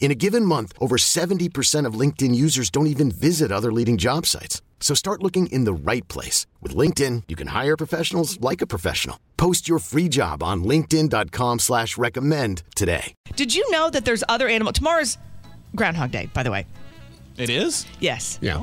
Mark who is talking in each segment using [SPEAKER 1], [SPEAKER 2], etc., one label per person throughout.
[SPEAKER 1] In a given month, over 70% of LinkedIn users don't even visit other leading job sites. So start looking in the right place. With LinkedIn, you can hire professionals like a professional. Post your free job on linkedin.com slash recommend today.
[SPEAKER 2] Did you know that there's other animal? Tomorrow's Groundhog Day, by the way.
[SPEAKER 3] It is?
[SPEAKER 2] Yes.
[SPEAKER 3] Yeah.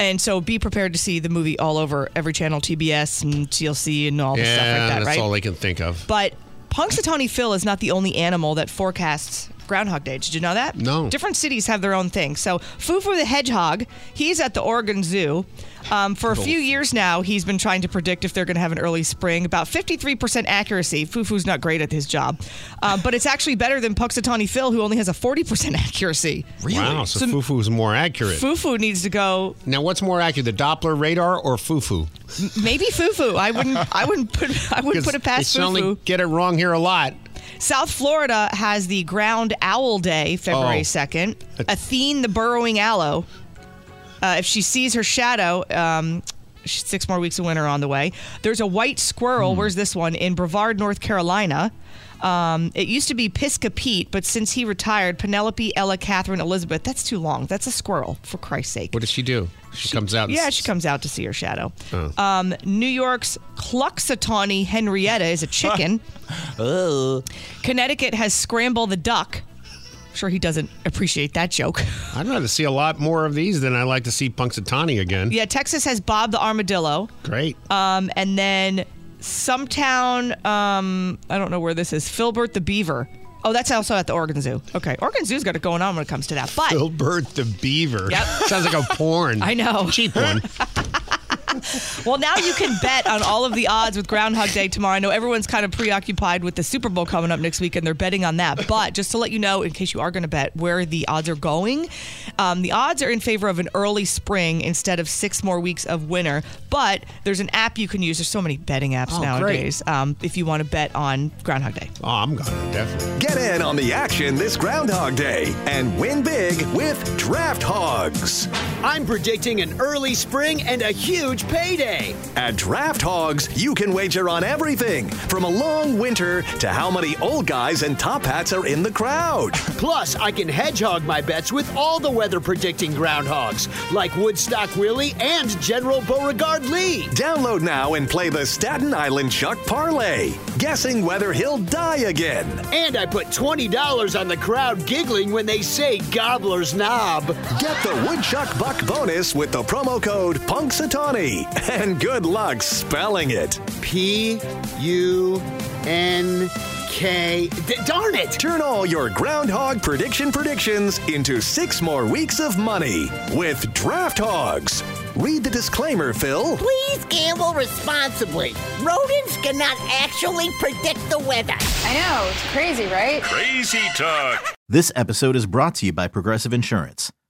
[SPEAKER 2] And so be prepared to see the movie all over every channel, TBS and TLC and all the stuff like that,
[SPEAKER 4] that's
[SPEAKER 2] right?
[SPEAKER 4] all they can think of.
[SPEAKER 2] but Punxsutawney Phil is not the only animal that forecasts Groundhog Day. Did you know that?
[SPEAKER 4] No.
[SPEAKER 2] Different cities have their own thing. So Fufu the Hedgehog, he's at the Oregon Zoo. Um, for a few years now, he's been trying to predict if they're going to have an early spring. About 53% accuracy. Fufu's not great at his job. Uh, but it's actually better than Punxsutawney Phil, who only has a 40% accuracy.
[SPEAKER 4] Wow, so, Fufu is more accurate.
[SPEAKER 2] Fufu needs to go.
[SPEAKER 4] now, what's more accurate, the Doppler radar or Fufu?
[SPEAKER 2] Maybe Fufu. I wouldn't. I wouldn't put. I wouldn't
[SPEAKER 4] 'Cause
[SPEAKER 2] put it past
[SPEAKER 4] they certainly
[SPEAKER 2] Fufu.
[SPEAKER 4] get it wrong here a lot.
[SPEAKER 2] South Florida has the Ground Owl Day, February
[SPEAKER 4] Oh.
[SPEAKER 2] second. Athene, the burrowing aloe. Uh, if she sees her shadow, um, sh- six more weeks of winter on the way. There's a white squirrel. Where's this one in Brevard, North Carolina? Um, it used to be Pisca Pete, but since he retired, Penelope, Ella, Catherine, Elizabeth. That's too long. That's a squirrel, for Christ's sake.
[SPEAKER 4] What does she do? She, comes out. and
[SPEAKER 2] Yeah,
[SPEAKER 4] s- Oh.
[SPEAKER 2] she comes out to see her shadow. Um, New York's Cluxatawny Henrietta is a chicken.
[SPEAKER 4] Oh.
[SPEAKER 2] Connecticut has Scramble the Duck. Sure, he doesn't appreciate that joke.
[SPEAKER 4] I'd rather see a lot more of these than I like to see Punxsutawney again.
[SPEAKER 2] Yeah, Texas has Bob the Armadillo.
[SPEAKER 4] Great.
[SPEAKER 2] Um, and then some town, um, I don't know where this is, Filbert the Beaver. Oh, that's also at the Oregon Zoo. Okay, Oregon Zoo's got it going on when it comes to that. But
[SPEAKER 4] Filbert the Beaver.
[SPEAKER 2] Yep.
[SPEAKER 4] Sounds like a porn.
[SPEAKER 2] I know.
[SPEAKER 4] Cheap one.
[SPEAKER 2] Well, now you can bet on all of the odds with Groundhog Day tomorrow. I know everyone's kind of preoccupied with the Super Bowl coming up next week, and they're betting on that. But just to let you know, in case you are going to bet, where the odds are going, um, the odds are in favor of an early spring instead of six more weeks of winter. But there's an app you can use. There's so many betting apps
[SPEAKER 4] Oh, great.
[SPEAKER 2] nowadays um, if you want to bet on Groundhog Day.
[SPEAKER 4] Oh, I'm gonna definitely.
[SPEAKER 5] Get in on the action this Groundhog Day and win big with Draft Hogs.
[SPEAKER 6] I'm predicting an early spring and a huge payday.
[SPEAKER 5] At Draft Hogs, you can wager on everything from a long winter to how many old guys and top hats are in the crowd.
[SPEAKER 6] Plus, I can hedgehog my bets with all the weather predicting groundhogs, like Woodstock Willie and General Beauregard Lee.
[SPEAKER 5] Download now and play the Staten Island Chuck Parlay, guessing whether he'll die again.
[SPEAKER 6] And I put $20 on the crowd giggling when they say Gobbler's Knob.
[SPEAKER 5] Get the Woodchuck Buck bonus with the promo code PUNXATAWNY. And good luck spelling it.
[SPEAKER 6] P U N K. D- darn it!
[SPEAKER 5] Turn all your groundhog prediction predictions into six more weeks of money with Draft Hogs. Read the disclaimer, Phil.
[SPEAKER 7] Please gamble responsibly. Rodents cannot actually predict the weather.
[SPEAKER 8] I know, it's crazy, right?
[SPEAKER 9] This episode is brought to you by Progressive Insurance.